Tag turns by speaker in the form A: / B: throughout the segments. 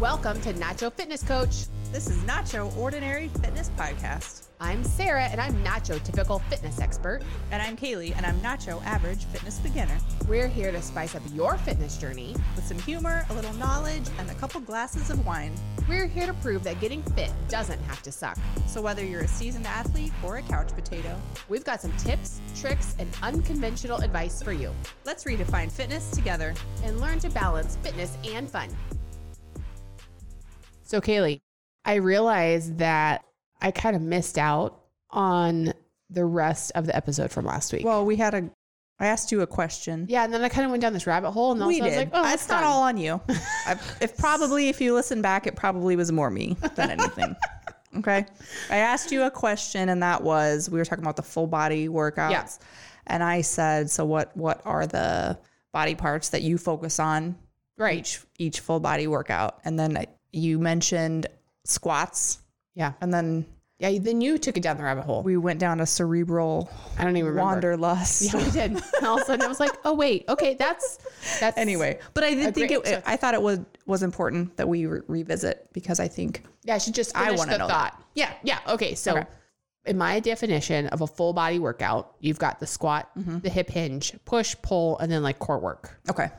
A: Welcome to Nacho Fitness Coach.
B: This is Nacho Ordinary Fitness Podcast.
A: I'm Sarah, and I'm Nacho Typical Fitness Expert.
B: And I'm Kaylee, and I'm Nacho Average Fitness Beginner.
A: We're here to spice up your fitness journey.
B: With some humor, a little knowledge, and a couple glasses of wine.
A: We're here to prove that getting fit doesn't have to suck.
B: So, whether you're a seasoned athlete or a couch potato,
A: We've got some tips, tricks, and unconventional advice for you,
B: let's redefine fitness together.
A: and learn to balance fitness and fun. So, Kaylee, I realized that I kind of missed out on the rest of the episode from last week.
B: Well, we had a, I asked you a question.
A: yeah, and then I kind of went down this rabbit hole, and also
B: we
A: I was
B: did.
A: like, "Oh,
B: it's not
A: done.
B: all on you. I, if probably if you listen back, it probably was more me than anything. okay. I asked you a question, and that was we were talking about the full body workouts,
A: Yeah.
B: and I said, so what? What are the body parts that you focus on?
A: Right.
B: Each each full body workout, and then you mentioned squats,
A: Yeah,
B: and then
A: yeah. Then you took it down the rabbit hole.
B: we went down a cerebral
A: I don't even remember.
B: wanderlust.
A: Yeah, we did. And all of a sudden, I was like, "Oh wait, okay, that's that's
B: Anyway, but I did think
A: great
B: it, I thought it was was important that we re- revisit because I think
A: Yeah, I should just. I
B: I
A: want
B: wanna
A: to
B: know
A: know
B: that.
A: thought. Yeah, yeah. Okay, so
B: Okay.
A: in my definition of a full body workout, you've got the squat,
B: Mm-hmm.
A: the hip hinge, push, pull, and then like core work.
B: okay,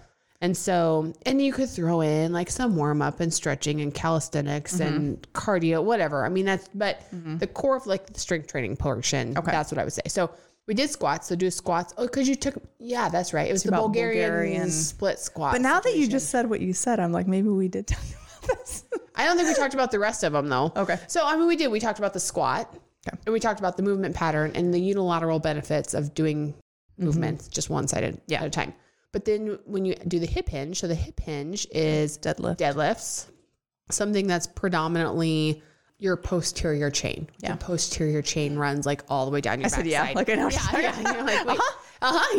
A: And so, and you could throw in like some warm up and stretching and calisthenics
B: Mm-hmm.
A: and cardio, whatever. I mean, that's, but the core of like the strength training portion,
B: Okay.
A: that's what I would say. So we did squats. So do squats. Oh, cause you took, yeah, that's right. It was the
B: about
A: Bulgarian,
B: Bulgarian-
A: split squat.
B: But now that you just said what you said, I'm like, maybe we did talk about this.
A: I don't think we talked about the rest of them though.
B: Okay.
A: So I mean, we did. We talked about the squat,
B: Okay.
A: and we talked about the movement pattern and the unilateral benefits of doing movements just one sided
B: Mm-hmm. Yeah.
A: at a time. But then when you do the hip hinge, so the hip hinge is
B: Deadlift.
A: deadlifts, something that's predominantly your posterior chain.
B: Yeah.
A: Your posterior chain runs like all the way down your
B: I said,
A: backside.
B: yeah, like I know what
A: Yeah,
B: you're
A: yeah. You're like, wait, uh-huh.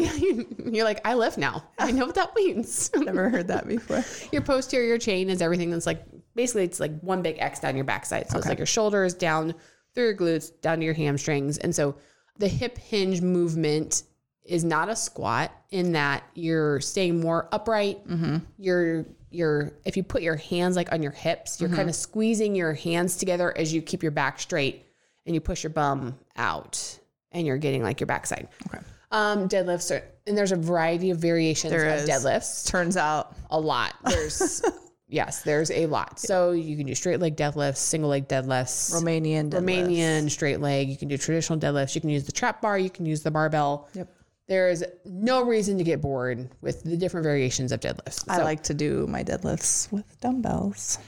A: You're like, I lift now. I know what that means.
B: Never heard that before.
A: Your posterior chain is everything that's like basically it's like one big X down your backside. So it's like your shoulders down through your glutes, down to your hamstrings. And so the hip hinge movement is not a squat in that you're staying more upright.
B: Mm-hmm.
A: You're you're if you put your hands like on your hips,
B: Mm-hmm.
A: you're kind of squeezing your hands together as you keep your back straight and you push your bum out and you're getting like your backside.
B: Okay.
A: Um, deadlifts are, and there's a variety of variations
B: There
A: of
B: is.
A: deadlifts
B: Turns out,
A: a lot. There's yes, there's a lot. So you can do straight leg deadlifts, single leg deadlifts,
B: Romanian. Deadlift.
A: Romanian straight leg. You can do traditional deadlifts. You can use the trap bar. You can use the barbell.
B: Yep.
A: There is no reason to get bored with the different variations of deadlifts.
B: I like to do my deadlifts with dumbbells.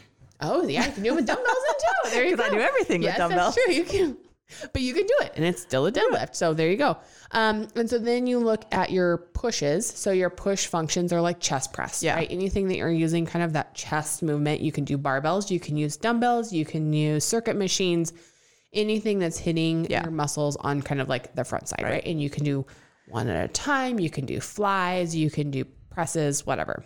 A: Oh yeah, you can do it with dumbbells in too. There you go.
B: Because I do everything with
A: yes,
B: dumbbells.
A: That's true. You can, but you can do it, and it's still a deadlift. So there you go. Um, and so then you look at your pushes. So your push functions are like chest press,
B: Yeah.
A: right? Anything that you're using, kind of that chest movement. You can do barbells. You can use dumbbells. You can use circuit machines. Anything that's hitting
B: Yeah.
A: your muscles on kind of like the front side, right. And you can do one at a time. You can do flies. You can do presses, whatever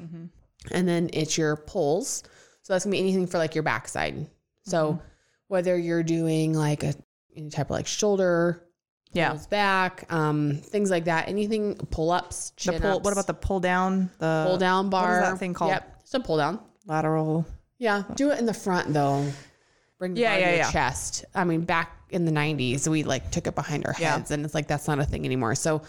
A: and then it's your pulls. So that's gonna be anything for like your backside. So
B: Mm-hmm.
A: whether you're doing like a any type of like shoulder,
B: Yeah.
A: pulls back, um, things like that, anything pull ups,
B: The
A: chin
B: pull, what about the pull down? The
A: pull down
B: what
A: bar?
B: is that thing called?
A: Yep, it's a pull down.
B: lateral.
A: Yeah, do it in the front though. Bring the
B: Yeah,
A: bar to
B: yeah,
A: your
B: yeah.
A: chest. I mean, back in the '90s, we like took it behind our
B: Yeah.
A: heads, and it's like that's not a thing anymore. So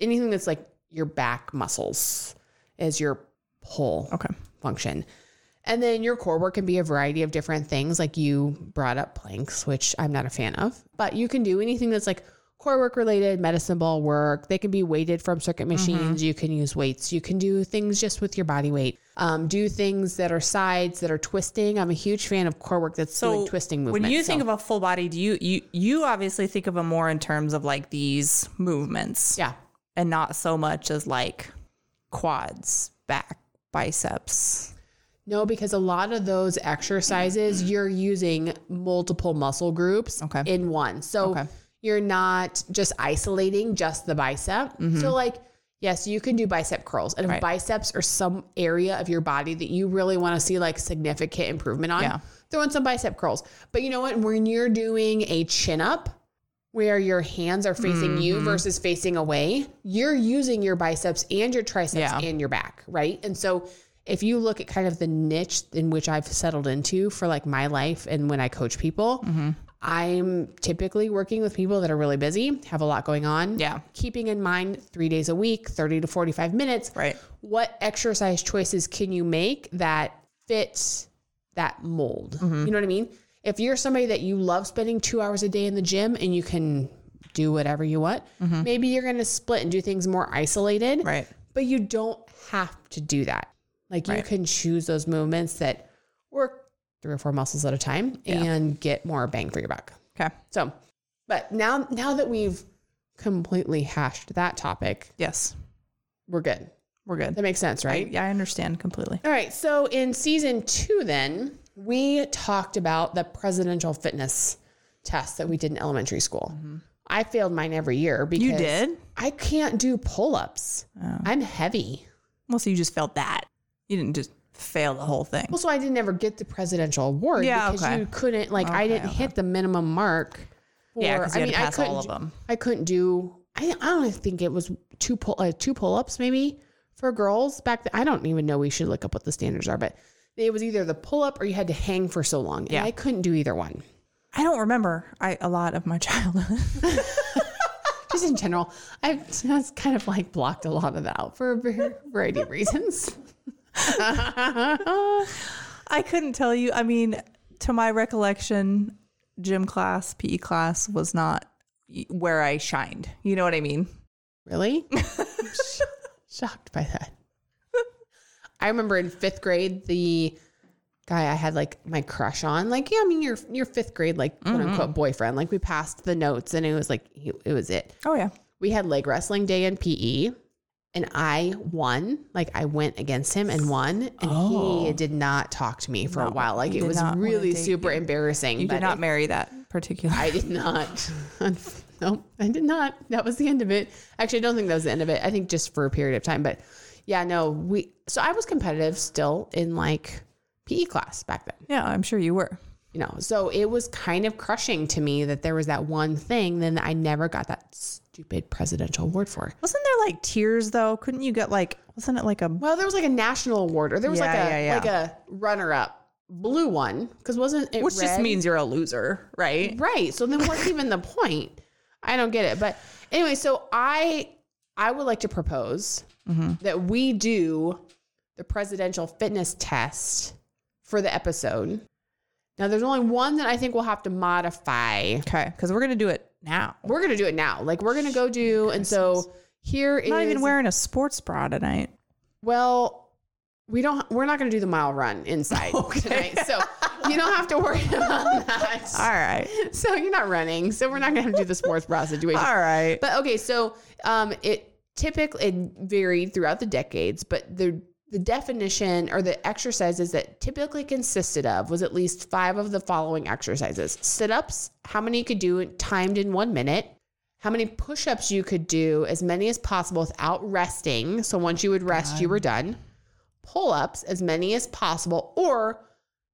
A: anything that's like your back muscles is your pull
B: Okay.
A: function. And then your core work can be a variety of different things. Like you brought up planks, which I'm not a fan of, but you can do anything that's like core work related, medicine ball work. They can be weighted from circuit
B: Mm-hmm.
A: machines. You can use weights. You can do things just with your body weight. Um, do things that are sides that are twisting. I'm a huge fan of core work that's doing twisting movements.
B: When you
A: So-
B: think of a full body, do you you you obviously think of it more in terms of like these movements,
A: yeah,
B: and not so much as like quads, back, biceps.
A: No, because a lot of those exercises, you're using multiple muscle groups
B: Okay.
A: in one. So
B: Okay.
A: you're not just isolating just the bicep. So, like, yes, you can do bicep curls. And if
B: Mm-hmm. Right.
A: biceps are some area of your body that you really want to see like significant improvement on,
B: Yeah.
A: throw in some bicep curls. But you know what? When you're doing a chin up, where your hands are facing you
B: Mm-hmm.
A: versus facing away, you're using your biceps and your triceps
B: Yeah.
A: and your back, right? And so if you look at kind of the niche in which I've settled into for like my life and when I coach people,
B: Mm-hmm.
A: I'm typically working with people that are really busy, have a lot going on.
B: Yeah.
A: Keeping in mind three days a week, 30 to 45 minutes.
B: Right.
A: What exercise choices can you make that fits that mold?
B: Mm-hmm.
A: You know what I mean? If you're somebody that you love spending two hours a day in the gym and you can do whatever you want, maybe you're going to split and do things more isolated
B: Mm-hmm. Right.
A: but you don't have to do that. Like you
B: Right.
A: can choose those movements that work three or four muscles at a time and get more bang for your buck.
B: Okay.
A: So, but now now that we've completely hashed that topic,
B: Yes.
A: we're good.
B: We're good.
A: That makes sense, right?
B: Yeah, I understand completely.
A: All right. So in season two, then we talked about the presidential fitness test that we did in elementary school. I failed mine every year because
B: You did? Oh.
A: I can't do pull ups. I'm heavy.
B: Well, so you just felt that. You didn't just fail the whole thing.
A: Well, so I didn't ever get the presidential award
B: Yeah,
A: because
B: okay.
A: you couldn't like I didn't hit the minimum mark. For,
B: Yeah, 'cause you had to pass all
A: couldn't
B: of
A: do-
B: them.
A: I couldn't do. I, I don't think it was two pull uh, two pull ups maybe for girls back. Then. I don't even know. We should look up what the standards are, but it was either the pull up or you had to hang for so long. And
B: Yeah.
A: I couldn't do either one.
B: I don't remember I, a lot of my childhood.
A: Just in general, I've just kind of like blocked a lot of that out for a var- variety of reasons.
B: I couldn't tell you. I mean, to my recollection, gym class, PE class was not y- where I shined. You know what I mean?
A: Really? I'm sh- shocked by that. I remember in fifth grade, the guy I had like my crush on, like, yeah, I mean, your, your fifth grade, like, quote
B: Mm-hmm.
A: unquote boyfriend, like, we passed the notes and it was like, he- it was it.
B: Oh, yeah.
A: We had leg wrestling day in PE and I won. Like, I went against him and won. And he did not talk to me for a while. Like,
B: Oh. he
A: it
B: did
A: was
B: not wanna
A: really
B: date
A: super embarrassing.
B: You
A: but
B: did not marry that particular.
A: I did not. no, I did not. That was the end of it. Actually, I don't think that was the end of it. I think just for a period of time. But yeah, no, we, so I was competitive still in like PE class back then,
B: yeah, I'm sure you were.
A: you know. So it was kind of crushing to me that there was that one thing, then I never got that stupid presidential award for.
B: Wasn't there like tears though? Couldn't you get like, wasn't it like a,
A: Well, there was like a national award or there was
B: Yeah,
A: like a,
B: yeah, yeah.
A: like a runner up blue one. Cause wasn't it
B: which just
A: red?
B: means you're a loser, right?
A: Right. So then what's even the point? I don't get it. But anyway, so I I would like to propose
B: Mm-hmm.
A: that we do the presidential fitness test for the episode. Now there's only one that I think we'll have to modify.
B: Okay. Cause we're going to do it now.
A: We're gonna do it now. Like we're gonna go do and so here is
B: I'm not even wearing a sports bra tonight.
A: well we don't we're not gonna do the mile run inside tonight. So you don't have to worry about that.
B: All right.
A: So you're not running. So we're not gonna have to do the sports bra situation.
B: All right.
A: But okay, so um, it typically it varied throughout the decades, but the the definition or the exercises that typically consisted of was at least five of the following exercises: sit ups, how many you could do timed in one minute. How many push ups you could do, as many as possible without resting. So once you would rest, you were done. Pull ups, as many as possible, or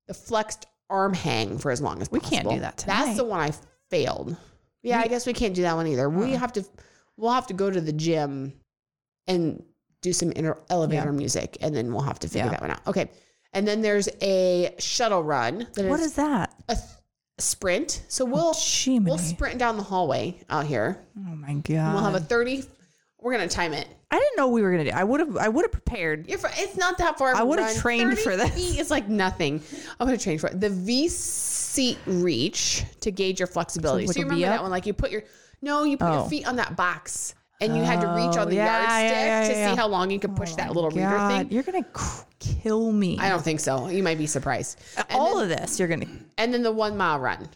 A: the flexed arm hang for as long as
B: We
A: possible.
B: can't do that
A: That's the one I failed. Yeah, I guess we can't do that one either. We have to, we'll have to go to the gym and do some inter- elevator music, and then we'll have to figure
B: Yeah.
A: that one out. Okay. And then there's a shuttle run that is
B: What is Oh, that?
A: a th- sprint. So we'll
B: Shimmy.
A: we'll sprint down the hallway out here.
B: oh my god.
A: We'll have a thirty. We're gonna time it.
B: I didn't know we were gonna do. I would have. I would have prepared.
A: You're fr- it's not that far. of
B: I
A: a
B: would've
A: run.
B: trained
A: 30
B: for this.
A: Feet E is like nothing. I would have trained for it. The VC reach to gauge your flexibility. So,
B: like
A: you
B: a
A: remember
B: V-up?
A: that one? Like you put your no, you put
B: Oh.
A: your feet on that box and you had to reach on the
B: yeah, yeah,
A: yardstick
B: yeah,
A: to
B: yeah. Oh,
A: see how long you could push that little reader
B: God,
A: thing.
B: you're gonna cr- kill me.
A: I don't think so. You might be surprised. And,
B: All of this, you're gonna.
A: and then the one mile run.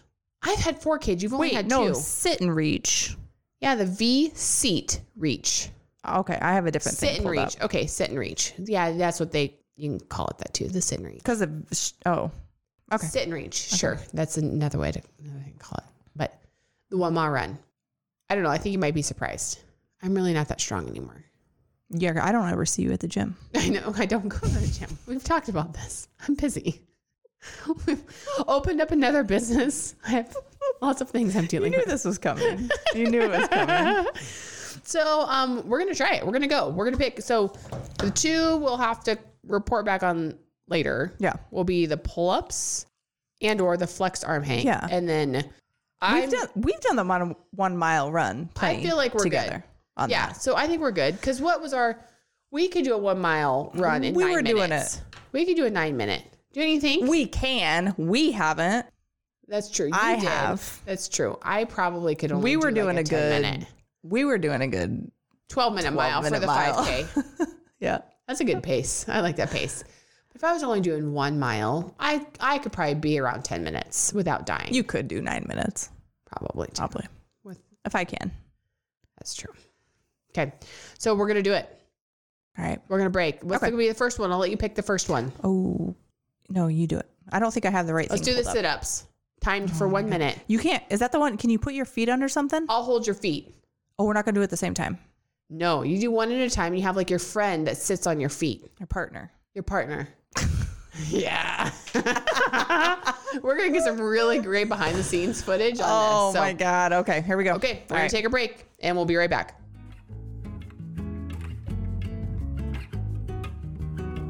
A: I've had four kids. You've only
B: Wait,
A: had
B: no,
A: two.
B: sit and reach.
A: Yeah, the V seat reach.
B: Okay, I have a different
A: Sit
B: thing
A: and
B: pulled
A: reach. Okay, sit and reach. Yeah, that's what they you can call it that too. The sit and reach.
B: because of. sh- Oh, Okay.
A: Sit and reach. Sure, that's another way to another way to call it. But the one mile run. I don't know. I think you might be surprised. I'm really not that strong anymore.
B: yeah. I don't ever see you at the gym.
A: I know. I don't go to the gym. We've talked about this. I'm busy. We've opened up another business. I have lots of things I'm
B: You
A: dealing
B: knew
A: with.
B: this was coming. you knew it was coming.
A: So um, we're gonna try it. We're gonna go. We're gonna pick. So the two we'll have to report back on later
B: Yeah.
A: will be the pull ups and or the flexed arm hang.
B: Yeah.
A: And then
B: We've
A: I
B: done we've done the one, one mile run. plenty
A: feel like we're good.
B: together on
A: yeah.
B: that.
A: So I think we're good because what was our? We could do a one mile run in
B: We
A: nine
B: were doing
A: minutes. We could do a nine minute. Do anything?
B: We can. We haven't.
A: That's true. You
B: I
A: did.
B: have.
A: That's true. I probably could only.
B: we were
A: do, like,
B: doing a,
A: 10
B: good.
A: minute.
B: We were doing a good.
A: twelve minute mile for
B: 12-minute
A: the
B: mile.
A: five k.
B: Yeah.
A: That's a good pace. I like that pace. If I was only doing one mile, I I could probably be around ten minutes without dying.
B: You could do nine minutes
A: probably. Too.
B: probably
A: With-
B: if I can.
A: That's true. Okay, so we're gonna do it.
B: All right.
A: We're gonna break. What's
B: Okay.
A: gonna be the first one? I'll let you pick the first one.
B: Oh no, you do it. I don't think I have the right.
A: Let's do the
B: thing pulled up.
A: sit ups, timed for one minute.
B: You can't. Is that the one? Can you put your feet under something?
A: I'll hold your feet.
B: Oh, we're not going to do it at the same time.
A: No, you do one at a time. You have like your friend that sits on your feet,
B: Your partner.
A: your partner. yeah. We're going to get some really great behind the scenes footage on
B: Oh
A: this. So,
B: my God. Okay, here we go.
A: Okay, we're going
B: All right.
A: to take a break and we'll be right back.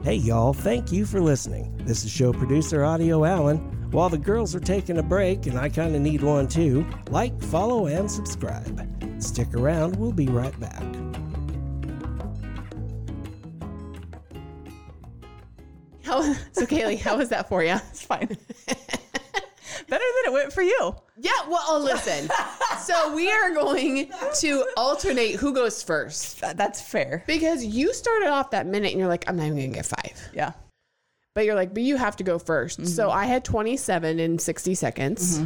C: Hey, y'all, thank you for listening. This is show producer Audio Allen. While the girls are taking a break, and I kind of need one too, like, follow, and subscribe. Stick around, we'll be right back.
A: How, so, Kaylee, how was that for you?
B: It's fine. Better than it went for you.
A: Yeah, well, oh, listen. so, we are going to alternate who goes first
B: Th- That's fair.
A: because you started off that minute and you're like, I'm not even going to get five.
B: Yeah.
A: But you're like, but you have to go 1st So, I had 27 in 60 seconds.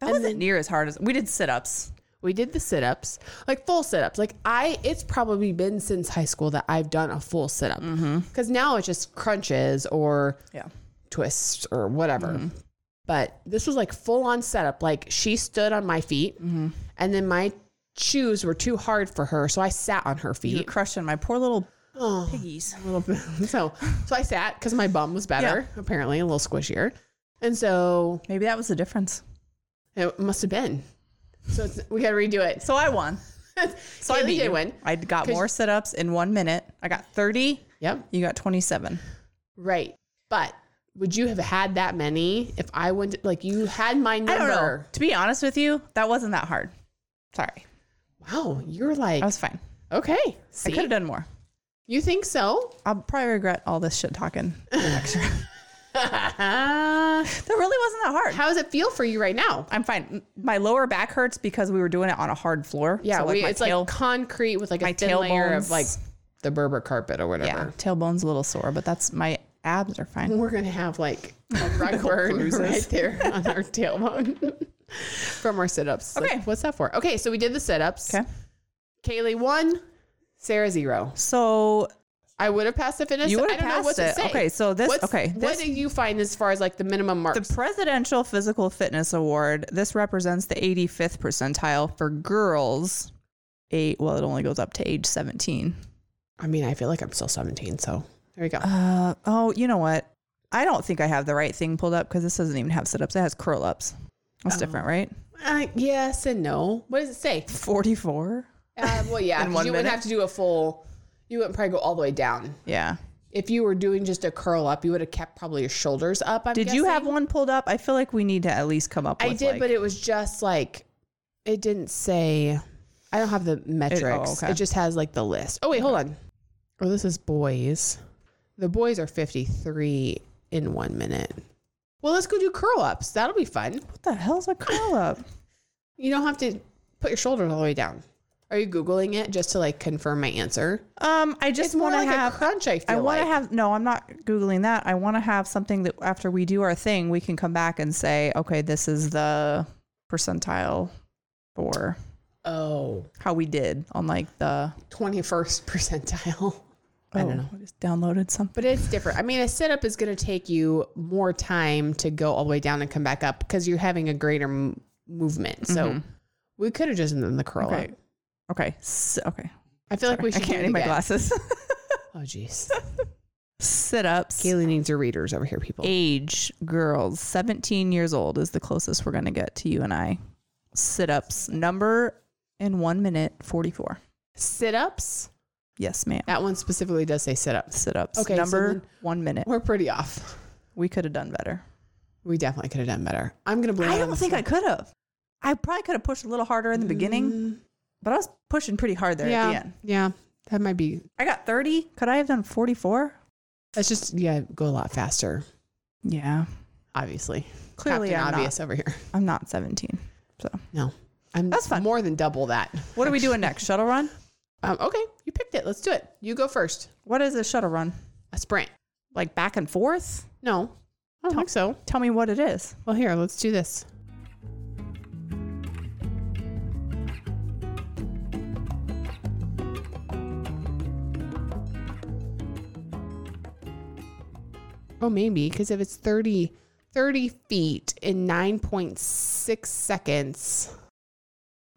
B: That wasn't near as hard as we did sit ups.
A: We did the sit ups, like full sit ups. Like I, it's probably been since high school that I've done a full sit up because now it's just crunches or
B: Yeah.
A: twists or whatever. But this was like full on setup. Like she stood on my feet, and then my shoes were too hard for her, so I sat on her
B: You're
A: feet.
B: crushing my poor little
A: Oh,
B: piggies.
A: a little bit. So, so I sat because my bum was better, apparently a little squishier, and so
B: Maybe that was the difference.
A: it must have been. So it's, we got to redo it.
B: So I won. So I
A: Kaylee
B: beat
A: did
B: you.
A: win.
B: I got
A: 'Cause-
B: more sit ups in one minute. I got 30.
A: Yep.
B: You got 27.
A: Right. But would you have had that many if I went like you had my number?
B: I don't know. To be honest with you, that wasn't that hard. Sorry.
A: Wow, you're like
B: I was fine.
A: okay.
B: I could
A: See,
B: have done more.
A: you think so?
B: I'll probably regret all this shit talking.
A: How
B: That really wasn't that hard.
A: does it feel for you right now?
B: I'm fine. M- My lower back hurts because we were doing it on a hard floor.
A: Yeah,
B: So,
A: we,
B: my
A: it's
B: tail-
A: like concrete with like a
B: my
A: thin layer
B: tailbone's-
A: of like the Berber carpet or
B: yeah,
A: whatever.
B: tailbone's a little sore, but that's my abs are fine.
A: We're gonna have like a rug burn
B: bruises.
A: right there on our tailbone from our sit-ups. Like,
B: Okay.
A: what's that for? Okay, so we did the sit-ups.
B: Okay.
A: Kaylee one, Sarah zero.
B: So
A: I would have passed if it is.
B: You would
A: I
B: have
A: don't know what
B: passed
A: to
B: it.
A: say.
B: Okay, so this-
A: What's-
B: okay,
A: what
B: this-
A: do you find as far as like the minimum
B: the
A: marks?
B: Presidential Physical Fitness Award. This represents the 85th percentile for girls. Eight. Well, it only goes up to age 17.
A: I mean, I feel like I'm still 17, so there we go.
B: Uh oh. You know what? I don't think I have the right thing pulled up because this doesn't even have sit ups. It has curl ups. That's different, right?
A: Uh, yes and no. What does it say?
B: 44.
A: Uh, well, yeah,
B: In
A: 'cause
B: one
A: you wouldn't
B: minute?
A: have to do a full. You wouldn't probably go all the way down.
B: Yeah.
A: If you were doing just a curl up, you would have kept probably your shoulders up. I'm
B: Did you have
A: guessing.
B: one pulled up? I feel like we need to at least come up.
A: I
B: with
A: did,
B: like-
A: but it was just like it didn't say. I don't have the metrics. It,
B: oh, okay.
A: just has like the list. Oh wait, hold on. Oh, this is boys. The boys are fifty three in one minute. Well, let's go do curl ups. That'll be fun.
B: what the hell's a curl up?
A: You don't have to put your shoulders all the way down. Are you googling it just to like confirm my answer?
B: Um, I
A: It's
B: just
A: more
B: want to
A: like a
B: have.
A: crunch. I feel
B: I want to
A: like.
B: have. No, I'm not googling that. I want to have something that after we do our thing, we can come back and say, okay, this is the percentile for
A: oh,
B: how we did on like the.
A: 21st percentile.
B: I don't know. I just downloaded something.
A: But it's different. I mean, a sit up is going to take you more time to go all the way down and come back up because you're having a greater m- movement. So we could have just done the curl
B: Mm-hmm. Okay.
A: up.
B: Okay. S okay.
A: I feel like we
B: I
A: should.
B: can't
A: do it
B: need my
A: again.
B: glasses.
A: Oh, jeez.
B: Sit ups.
A: Kaylee needs her readers over here, people.
B: age girls 17 years old is the closest we're going to get to you and i sit-ups number in one minute 44
A: Sit ups
B: Yes, ma'am.
A: That one specifically does say sit ups.
B: Sit ups.
A: Okay, so
B: Number
A: then-
B: one minute.
A: We're pretty off.
B: We could have done better.
A: We definitely could have done better. I'm gonna blame.
B: I
A: it on
B: don't
A: the
B: think I could have. I probably could have pushed a little harder in the beginning,
A: Mm,
B: but I was pushing pretty hard there
A: yeah,
B: at the end.
A: yeah, that might be.
B: I got 30. Could I have done 44?
A: That's just yeah, go a lot faster.
B: Yeah.
A: Obviously,
B: Clearly,
A: Captain
B: I'm
A: obvious over here.
B: not. I'm not 17.
A: I'm
B: That's fine.
A: More than double that.
B: What are we doing next? Shuttle run?
A: Um, okay, you picked it. Let's do it. You go first.
B: What is a shuttle run?
A: A sprint.
B: Like back and forth?
A: No, I don't think so.
B: Tell me what it is.
A: Well, here, let's do this. Oh, maybe, because if it's 30, 30 feet in 9.6 seconds,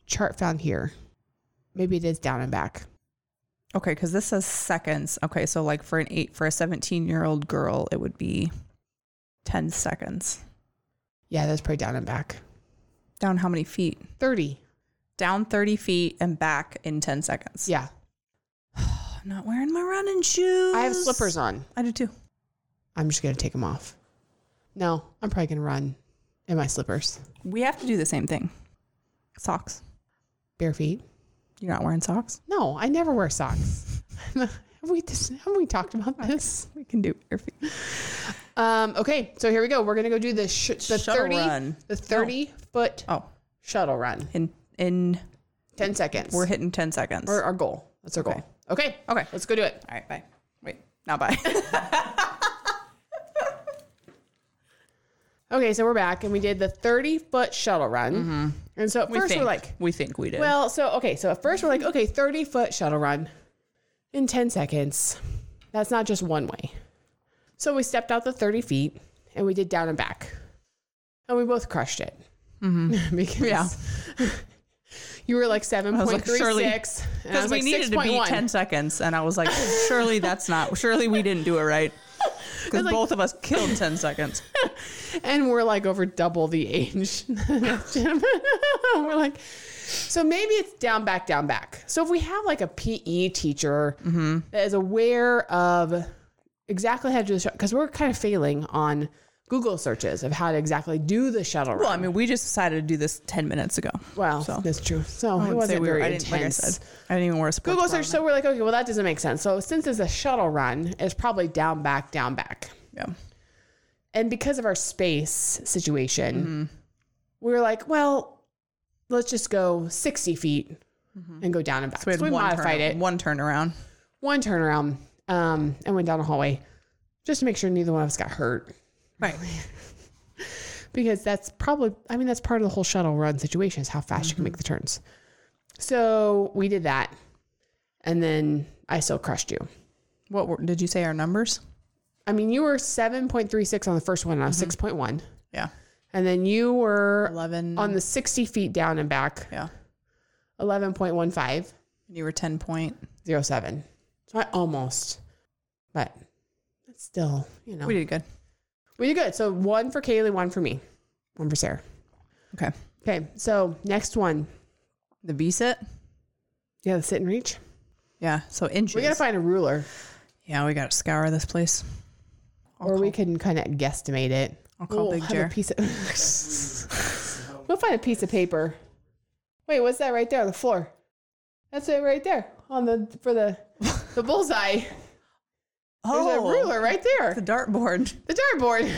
A: chart found here. Maybe it is down and back.
B: Okay, because this says seconds. Okay, so like for an eight, for a 17 year old girl, it would be 10 seconds.
A: Yeah, that's probably down and back.
B: Down how many feet?
A: 30.
B: Down 30 feet and back in 10 seconds.
A: Yeah.
B: I'm not wearing my running shoes.
A: I have slippers on.
B: I do too.
A: I'm just going to take them off. No, I'm probably going to run in my slippers.
B: We have to do the same thing. Socks.
A: Bare feet?
B: You're not wearing socks?
A: No, I never wear socks. have we just, have we talked about this?
B: We can do bare feet.
A: Um, okay, so here we go. We're gonna go do the sh- the
B: Shuttle
A: thirty
B: run.
A: the thirty foot
B: Oh,
A: shuttle run.
B: in in
A: Ten seconds.
B: we're hitting 10 seconds.
A: Or our goal. That's our goal. Okay.
B: Okay.
A: Let's go do it.
B: All right, bye. Wait, not bye.
A: Okay, so we're back and we did the thirty foot shuttle run. And so at first we're like,
B: Mm-hmm. we think we did.
A: well, so okay, so at first we're like, okay, thirty foot shuttle run in ten seconds. That's not just one way. So we stepped out the thirty feet and we did down and back, and we both crushed it. because
B: Mm-hmm. Yeah.
A: you were like seven
B: was
A: point
B: like,
A: three
B: surely-
A: six, and I
B: because
A: was
B: we
A: like six
B: needed to
A: point
B: be
A: one.
B: 10 seconds and i was like surely that's not surely we didn't do it right because
A: like-
B: both of us killed 10 seconds
A: and we're like over double the age. we're like, so maybe it's down, back, down, back. So if we have like a PE teacher
B: Mm-hmm.
A: that is aware of exactly how to do the shuttle, because we're kind of failing on Google searches of how to exactly do the shuttle
B: well i
A: run.
B: mean we just decided to do this 10 minutes ago
A: Well,
B: so-
A: that's true. So
B: I
A: it
B: wouldn't
A: wasn't
B: we were-
A: very
B: I didn't,
A: intense.
B: like I said, I didn't even wear a sports
A: Google
B: bra
A: search.
B: on
A: So we're like, okay, well, that doesn't make sense. So since it's a shuttle run, it's probably down, back, down, back.
B: it. yeah.
A: and because of our space situation,
B: Mm-hmm.
A: we were like, well, let's just go 60 feet and go down and back.
B: Mm-hmm. so we had
A: So we
B: one,
A: modified
B: turn,
A: it,
B: one turnaround
A: one turnaround, um, and went down the hallway just to make sure neither one of us got hurt.
B: right
A: Because that's probably, I mean, that's part of the whole shuttle run situation is how fast
B: Mm-hmm.
A: you can make the turns. So we did that. And then I still crushed you.
B: what were, did you say our numbers
A: I mean, you were 7.36 on the first one, and I
B: Mm-hmm.
A: was 6.1.
B: yeah
A: And then you were
B: 11
A: on the 60 feet down and back.
B: yeah
A: 11.1507.
B: and you were 10 point
A: So I almost, but it's still, you know,
B: we
A: we did,
B: did good
A: good. So one for Kaylee, one for me, one for Sarah.
B: okay
A: Okay. So next one.
B: the v sit
A: Yeah, the sit and reach.
B: yeah so
A: We
B: inches
A: got to find a ruler
B: yeah we gotta scour this place I'll
A: or we
B: call-
A: can kind of guesstimate it.
B: I'll call
A: we'll
B: Big
A: have a
B: Jer.
A: piece of- we'll find a piece of paper. Wait, what's that right there on the floor? That's it right there on the for the the bullseye. There's
B: Oh.
A: a ruler right there.
B: the dartboard
A: The dartboard.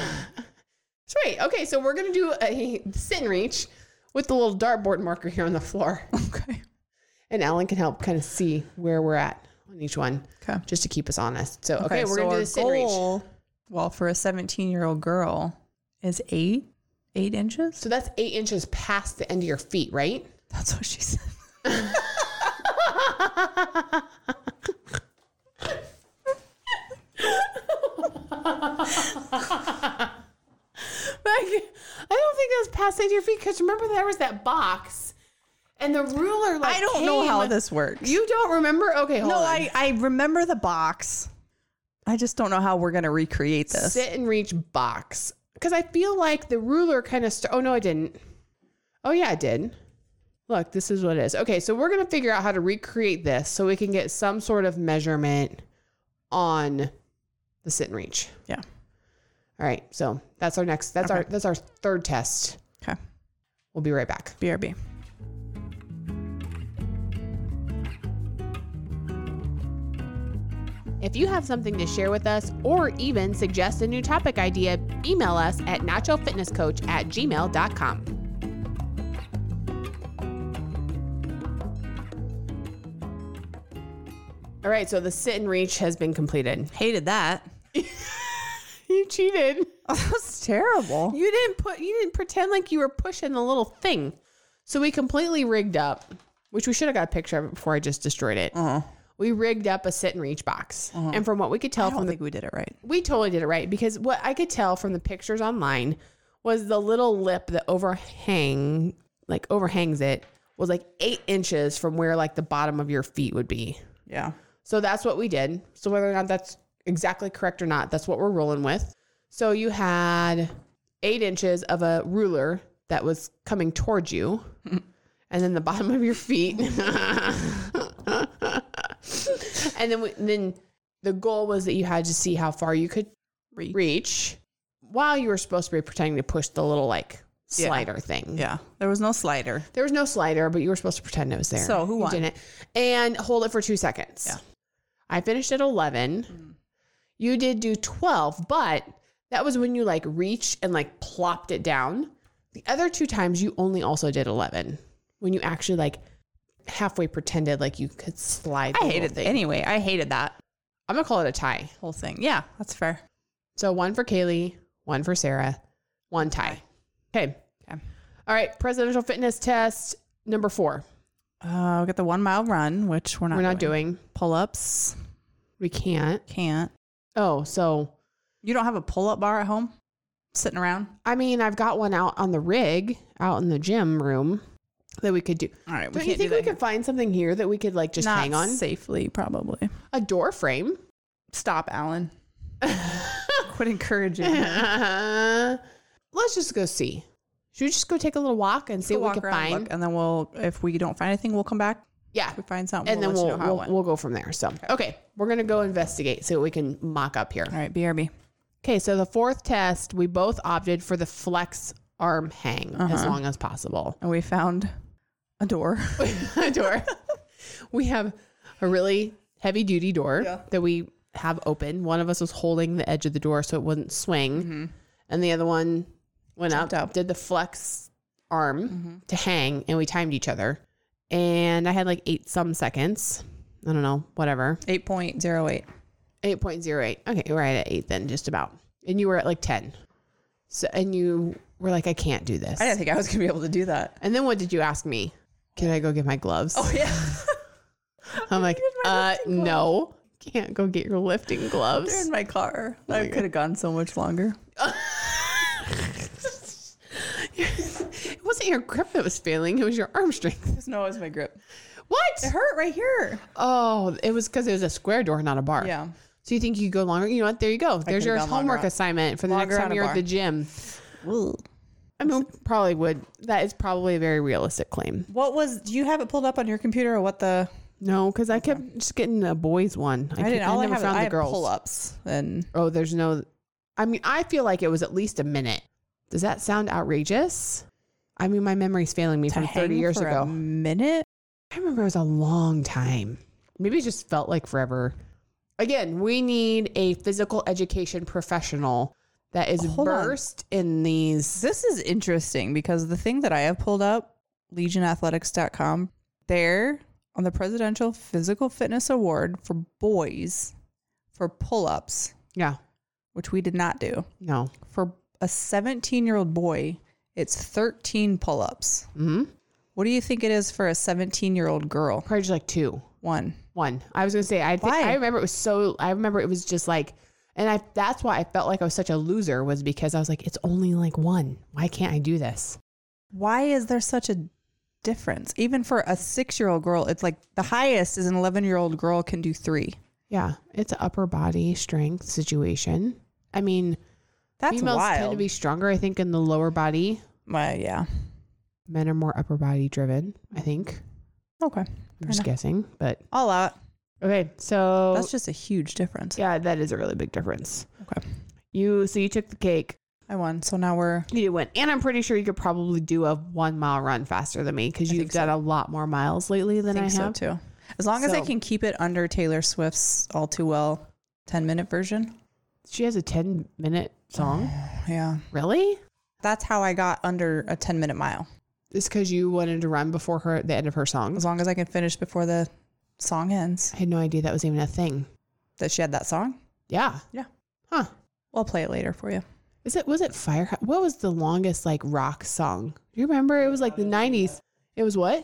A: Sweet. Okay, so we're gonna do a sit and reach with the little dartboard marker here on the floor,
B: okay
A: and Alan can help kind of see where we're at on each one,
B: okay
A: just to keep us honest. So okay, we're gonna do
B: our
A: the sit and reach.
B: goal, Well, for a 17 year old girl, is eight eight inches.
A: So that's eight inches past the end of your feet, right?
B: That's what she said.
A: I don't think that's past the end of your feet because remember there was that box, and the ruler. Like,
B: I don't know how
A: came-
B: this works.
A: You don't remember? Okay, hold
B: no,
A: on.
B: I I remember the box. I just don't know how we're gonna recreate this.
A: sit and reach box because I feel like the ruler kind of. St- oh no, I didn't. Oh yeah, I did. Look, this is what it is. Okay, so we're going to figure out how to recreate this so we can get some sort of measurement on the sit and reach.
B: Yeah.
A: All right. So that's our next that's our
B: Okay.
A: that's our third test.
B: Okay.
A: We'll be right back.
B: BRB.
A: If you have something to share with us or even suggest a new topic idea, email us at nachofitnesscoach at gmail.com. All right, so the sit and reach has been completed.
B: Hated that.
A: You cheated.
B: Oh, that was terrible.
A: You didn't put you didn't pretend like you were pushing the little thing. So we completely rigged up, which we should have got a picture of it before I just destroyed it. We rigged up a sit and reach box. And from what we could tell
B: I
A: from
B: don't
A: the
B: think we did it right.
A: we totally did it right because what I could tell from the pictures online was the little lip that overhang like overhangs it was like eight inches from where like the bottom of your feet would be.
B: Yeah.
A: So that's what we did. So whether or not that's exactly correct or not, that's what we're rolling with. So you had eight inches of a ruler that was coming towards you, and then the bottom of your feet, and then we, then the goal was that you had to see how far you could
B: Reach.
A: reach while you were supposed to be pretending to push the little like
B: Yeah.
A: slider thing.
B: Yeah. There was no slider.
A: There was no slider, but you were supposed to pretend it was there.
B: So who
A: You
B: won?
A: didn't. And hold it for two seconds.
B: Yeah. Mm.
A: I finished at 11. You did do 12, but that was when you like reached and like plopped it down. The other two times you only also did 11 when you actually like halfway pretended like you could slide.
B: I
A: the
B: hated
A: little
B: that. Anyway, I hated that
A: I'm going to call it a tie.
B: whole thing. Yeah, that's fair.
A: So one for Kaylee, one for Sarah, one tie. Okay.
B: Okay.
A: All right. Presidential fitness test number four.
B: Uh, we got the one mile run, which we're not.
A: We're not doing.
B: pull ups.
A: We can't.
B: Can't.
A: Oh, so
B: You don't have a pull up bar at home, sitting around.
A: I mean, I've got one out on the rig, out in the gym room that we could do.
B: All right,
A: Don't
B: we can't
A: you think
B: do
A: we
B: that.
A: could find something here that we could like just
B: Not
A: hang on?
B: safely, probably.
A: A door frame.
B: Stop, Alan. Quit encouraging. me.
A: Let's just go see. Should we just go take a little walk and see
B: Go
A: what
B: walk
A: we can
B: around,
A: find?
B: look, and then we'll. If we don't find anything, we'll come back.
A: Yeah.
B: If we find something,
A: And then
B: let
A: we'll
B: you know how it
A: we'll,
B: went.
A: we'll go from there. So okay. we're gonna go investigate, see what we can mock up here.
B: All right, BRB.
A: Okay, so the fourth test, we both opted for the flex arm hang as long as possible.
B: And we found a door.
A: a door. we have a really heavy duty door
B: Yeah.
A: that we have open. One of us was holding the edge of the door so it wouldn't swing, and the other one went up,
B: up.
A: did the flex arm to hang, and we timed each other. And I had like eight some seconds. I don't know, whatever.
B: Eight point zero eight.
A: 8.08. Okay, we're right at eight then, just about. And you were at like 10. So, and you were like, I can't do this.
B: I didn't think I was gonna be able to do that.
A: And then what did you ask me? Can I go get my gloves?
B: yeah.
A: I'm like, uh, no, can't go get your lifting
B: They're
A: gloves.
B: in Oh my car. I could have gone so much longer.
A: It wasn't your grip that was failing; it was your arm strength.
B: No, it was my grip. It
A: What?
B: hurt right here.
A: Oh, it was because it was a square door, not a bar.
B: Yeah.
A: So you think you go longer? You know what? There you go. There's
B: could've
A: your
B: gone longer
A: homework
B: on-
A: assignment for the
B: longer
A: next
B: on
A: time
B: a
A: you're at
B: bar.
A: the gym. I mean, probably would. That is probably a very realistic claim.
B: What was? Do you have it pulled up on your computer or what the?
A: No, because I kept just getting a boys one. I,
B: I,
A: keep-
B: didn't. All I, have is I have
A: girls.
B: pull ups and
A: Oh, there's no. I mean, I feel like it was at least a minute. Does that sound outrageous? I mean, my memory's failing me
B: to
A: from 30
B: hang
A: years
B: for
A: ago.
B: A minute.
A: I remember it was a long time. Maybe it just felt like forever. Again, we need a physical education professional that is
B: Hold on.
A: versed in these.
B: This is interesting because the thing that I have pulled up, legionathletics.com, there on the Presidential Physical Fitness Award for boys for pull ups,
A: Yeah,
B: which we did not do.
A: no.
B: For a 17 year old boy, it's 13 pull ups.
A: hmm
B: What do you think it is for a 17 year old girl?
A: Probably just like two,
B: One.
A: one. I was gonna say I. Th-
B: Why?
A: I remember it was so. I remember it was just like, and I. That's why I felt like I was such a loser was because I was like, it's only like one. Why can't I do this?
B: Why is there such a difference? Even for a six year old girl, it's like the highest is an 11 year old girl can do three.
A: Yeah, it's an upper body strength situation. I mean,
B: That's
A: females
B: wild.
A: tend to be stronger, I think, in the lower body.
B: My- yeah.
A: Men are more upper body driven, I think.
B: Okay.
A: I'm just
B: enough.
A: guessing, but
B: All out.
A: okay. So
B: That's just a huge difference.
A: yeah, that is a really big difference.
B: Okay.
A: You so you took the cake.
B: I won. So now we're
A: You went, and I'm pretty sure you could probably do a one mile run faster than me because
B: I
A: you've
B: think so.
A: done a lot more miles lately than I,
B: think
A: have.
B: so too. As long as I
A: So-
B: can keep it under Taylor Swift's all too well 10 minute version.
A: She has a 10 minute song.
B: Yeah.
A: Really?
B: That's how I got under a 10 minute mile.
A: It's because you wanted to run before her the end of her song.
B: As long as I can finish before the song ends.
A: I had no idea that was even a thing.
B: That she had that song.
A: Yeah.
B: Yeah.
A: Huh.
B: I'll play it later for you.
A: Is it was it fire? What was the longest like rock song? Do you remember? It was like the 90s. It was what?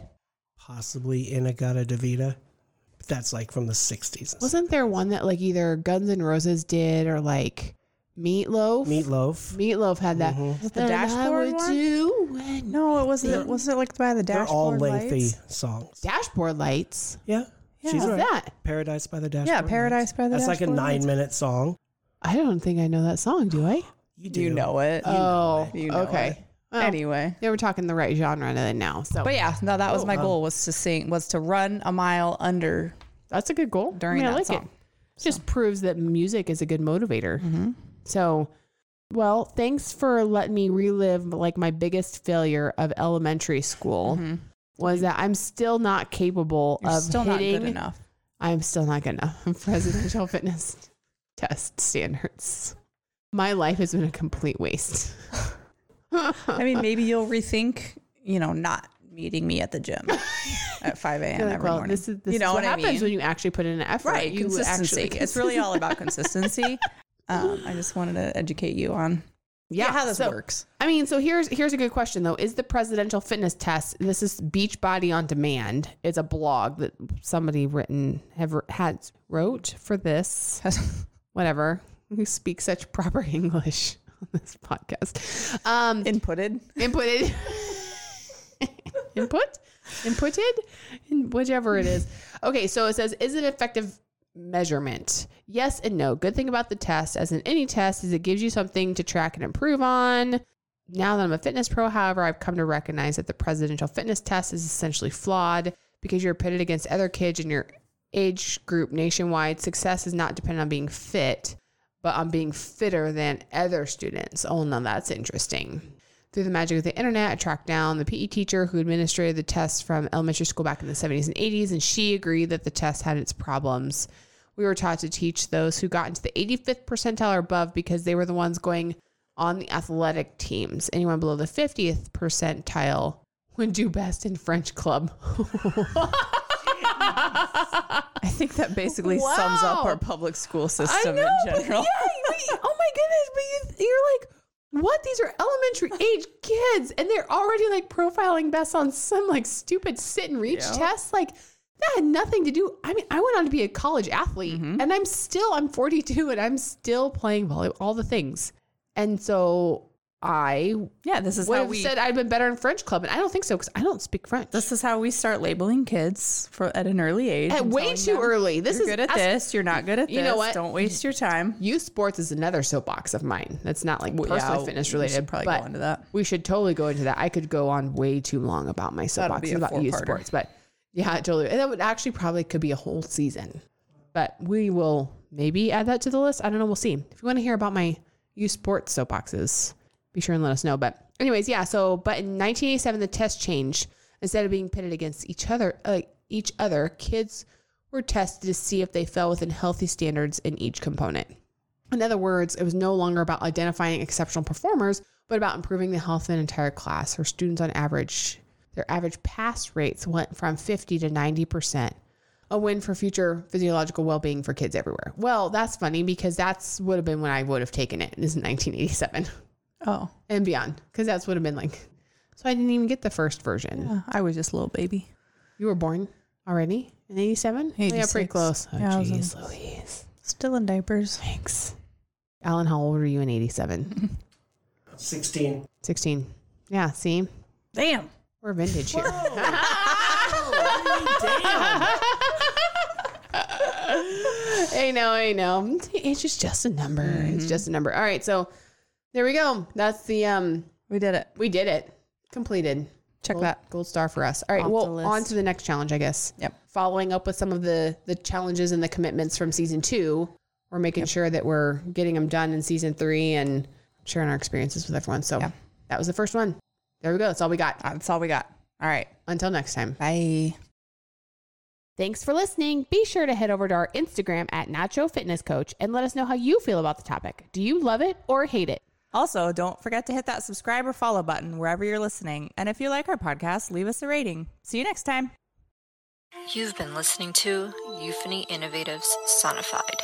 C: Possibly Inagata Davida. That's like from the 60s.
A: Wasn't there one that like either Guns N' Roses did or like Meatloaf? Mm-hmm.
C: Meatloaf.
A: Meatloaf had that.
C: Mhm.
B: the
A: And I
B: Dashboard
A: would
B: one?
A: do it.
B: No, it wasn't.
C: They're-
B: was it like by the
C: They're
B: dashboard?
C: all lengthy
B: lights?
C: songs.
A: Dashboard lights.
C: Yeah.
B: Yeah.
C: She's
A: What's
B: All
C: right.
A: that?
C: Paradise by the Dashboard.
B: Yeah,
C: Lights.
B: Paradise by the
C: That's like a
B: Dashboard Lights.
C: nine minute song.
A: I don't think I know that song, do I?
C: You do.
B: You know it.
A: oh,
B: You know
A: okay.
B: it.
A: Well,
B: anyway.
A: They were talking the right genre then now. So
B: But yeah, no, that was
C: Oh,
B: my
C: wow.
B: goal was to sing was to run a mile under
A: that's a good goal.
B: during
A: I mean, I
B: that
A: like
B: song.
A: it. It Just proves that music is a good motivator. So, well, thanks for letting me relive like my biggest failure of elementary school was that I'm still not capable
B: You're
A: of
B: still
A: hitting.
B: not good enough.
A: I'm still not good enough. for Presidential fitness test standards. My life has been a complete waste.
B: I mean, maybe you'll rethink, you know, not meeting me at the gym at 5 a.m.
A: You're like,
B: every
A: well,
B: morning.
A: this is this
B: you know
A: is what,
B: what, I
A: happens
B: mean?
A: when you actually put in an effort.
B: right,
A: you
B: consistency. it's really all about consistency. um, I just wanted to educate you on
A: yeah,
B: how this
A: so-
B: works.
A: I mean, so here's here's a good question though. Is the presidential fitness test? This is Beachbody on Demand. It's a blog that somebody written have had wrote for this whatever who speaks such proper English on this podcast. Um,
B: Inputted.
A: inputted input inputted in whichever it is okay so it says is it effective measurement yes and no good thing about the test as in any test is it gives you something to track and improve on now that i'm a fitness pro however i've come to recognize that the presidential fitness test is essentially flawed because you're pitted against other kids in your age group nationwide success is not dependent on being fit but on being fitter than other students oh no that's interesting through the magic of the internet, I tracked down the PE teacher who administrated the test from elementary school back in the 70s and 80s, and she agreed that the test had its problems. We were taught to teach those who got into the 85th percentile or above because they were the ones going on the athletic teams. Anyone below the 50th percentile would do best in French club.
B: I think that basically sums up our public school system in general.
A: oh my goodness, but you, you're like, what? These are elementary age kids, and they're already like profiling Bess on some like stupid sit and reach
B: Yeah.
A: test. Like that had nothing to do. I mean, I went on to be a college athlete,
B: Mm-hmm.
A: and I'm still I'm 42, and I'm still playing volleyball, all the things. And so I
B: Yeah, this is
A: would
B: how
A: have
B: we
A: said I'd been better in French club, and I don't think so because I don't speak French.
B: this is how we start labeling kids for at an early age.
A: At
B: and
A: way
B: telling
A: too
B: them,
A: early. This
B: You're
A: is
B: good at
A: us-
B: this. You're not good at this.
A: You know what?
B: Don't waste your time.
A: Youth sports is another soapbox of mine. That's not like
B: Well,
A: personal
B: yeah, we
A: fitness
B: should
A: related.
B: probably
A: but
B: go into that.
A: We should totally go into that. I could go on way too long about my soapbox
B: be a
A: about youth
B: four-parter.
A: sports, but yeah, totally. And that would actually probably could be a whole season. But we will maybe add that to the list. I don't know. We'll see. If you want to hear about my youth sports soapboxes, be sure and let us know. But anyways, yeah. So, but in 1987, the test changed. Instead of being pitted against each other, uh, each other, kids were tested to see if they fell within healthy standards in each component. In other words, it was no longer about identifying exceptional performers, but about improving the health of an entire class. Her students, on average, their average pass rates went from 50 to 90%, a win for future physiological well being for kids everywhere. Well, that's funny because that's would have been when I would have taken it, is 1987
B: Oh,
A: and beyond, because that's would have been like, so I didn't even get the first version.
B: yeah, I was just a little baby.
A: You were born already in 87? Yeah,
B: 86.
A: pretty close. Oh,
B: Yeah, I was in-
A: jeez, Louise.
B: Still in diapers.
A: Thanks. Alan, how old were you in 87?
C: 16.
A: 16. Yeah, see?
B: Damn.
A: We're vintage here. I know, I know. It's just just a number.
B: Mm-hmm.
A: It's just a number. All right, so there we go. That's the um
B: We did it.
A: we did it. Completed.
B: Check
A: Gold-
B: that.
A: gold star for us. All right,
B: Off the
A: well,
B: list.
A: on to the next challenge, I guess.
B: Yep.
A: Following up with some of the the challenges and the commitments from season two, we're making sure that we're getting them done in season three and sharing our experiences with everyone. So
B: Yeah.
A: that was the first one. There we go. That's all we got.
B: That's all we got. All right.
A: Until next time.
B: Bye.
A: Thanks for listening. Be sure to head over to our Instagram at Nacho Fitness Coach and let us know how you feel about the topic. Do you love it or hate it?
B: Also, don't forget to hit that subscribe or follow button wherever you're listening. And if you like our podcast, leave us a rating. See you next time.
D: You've been listening to Euphony Innovatives Sonified.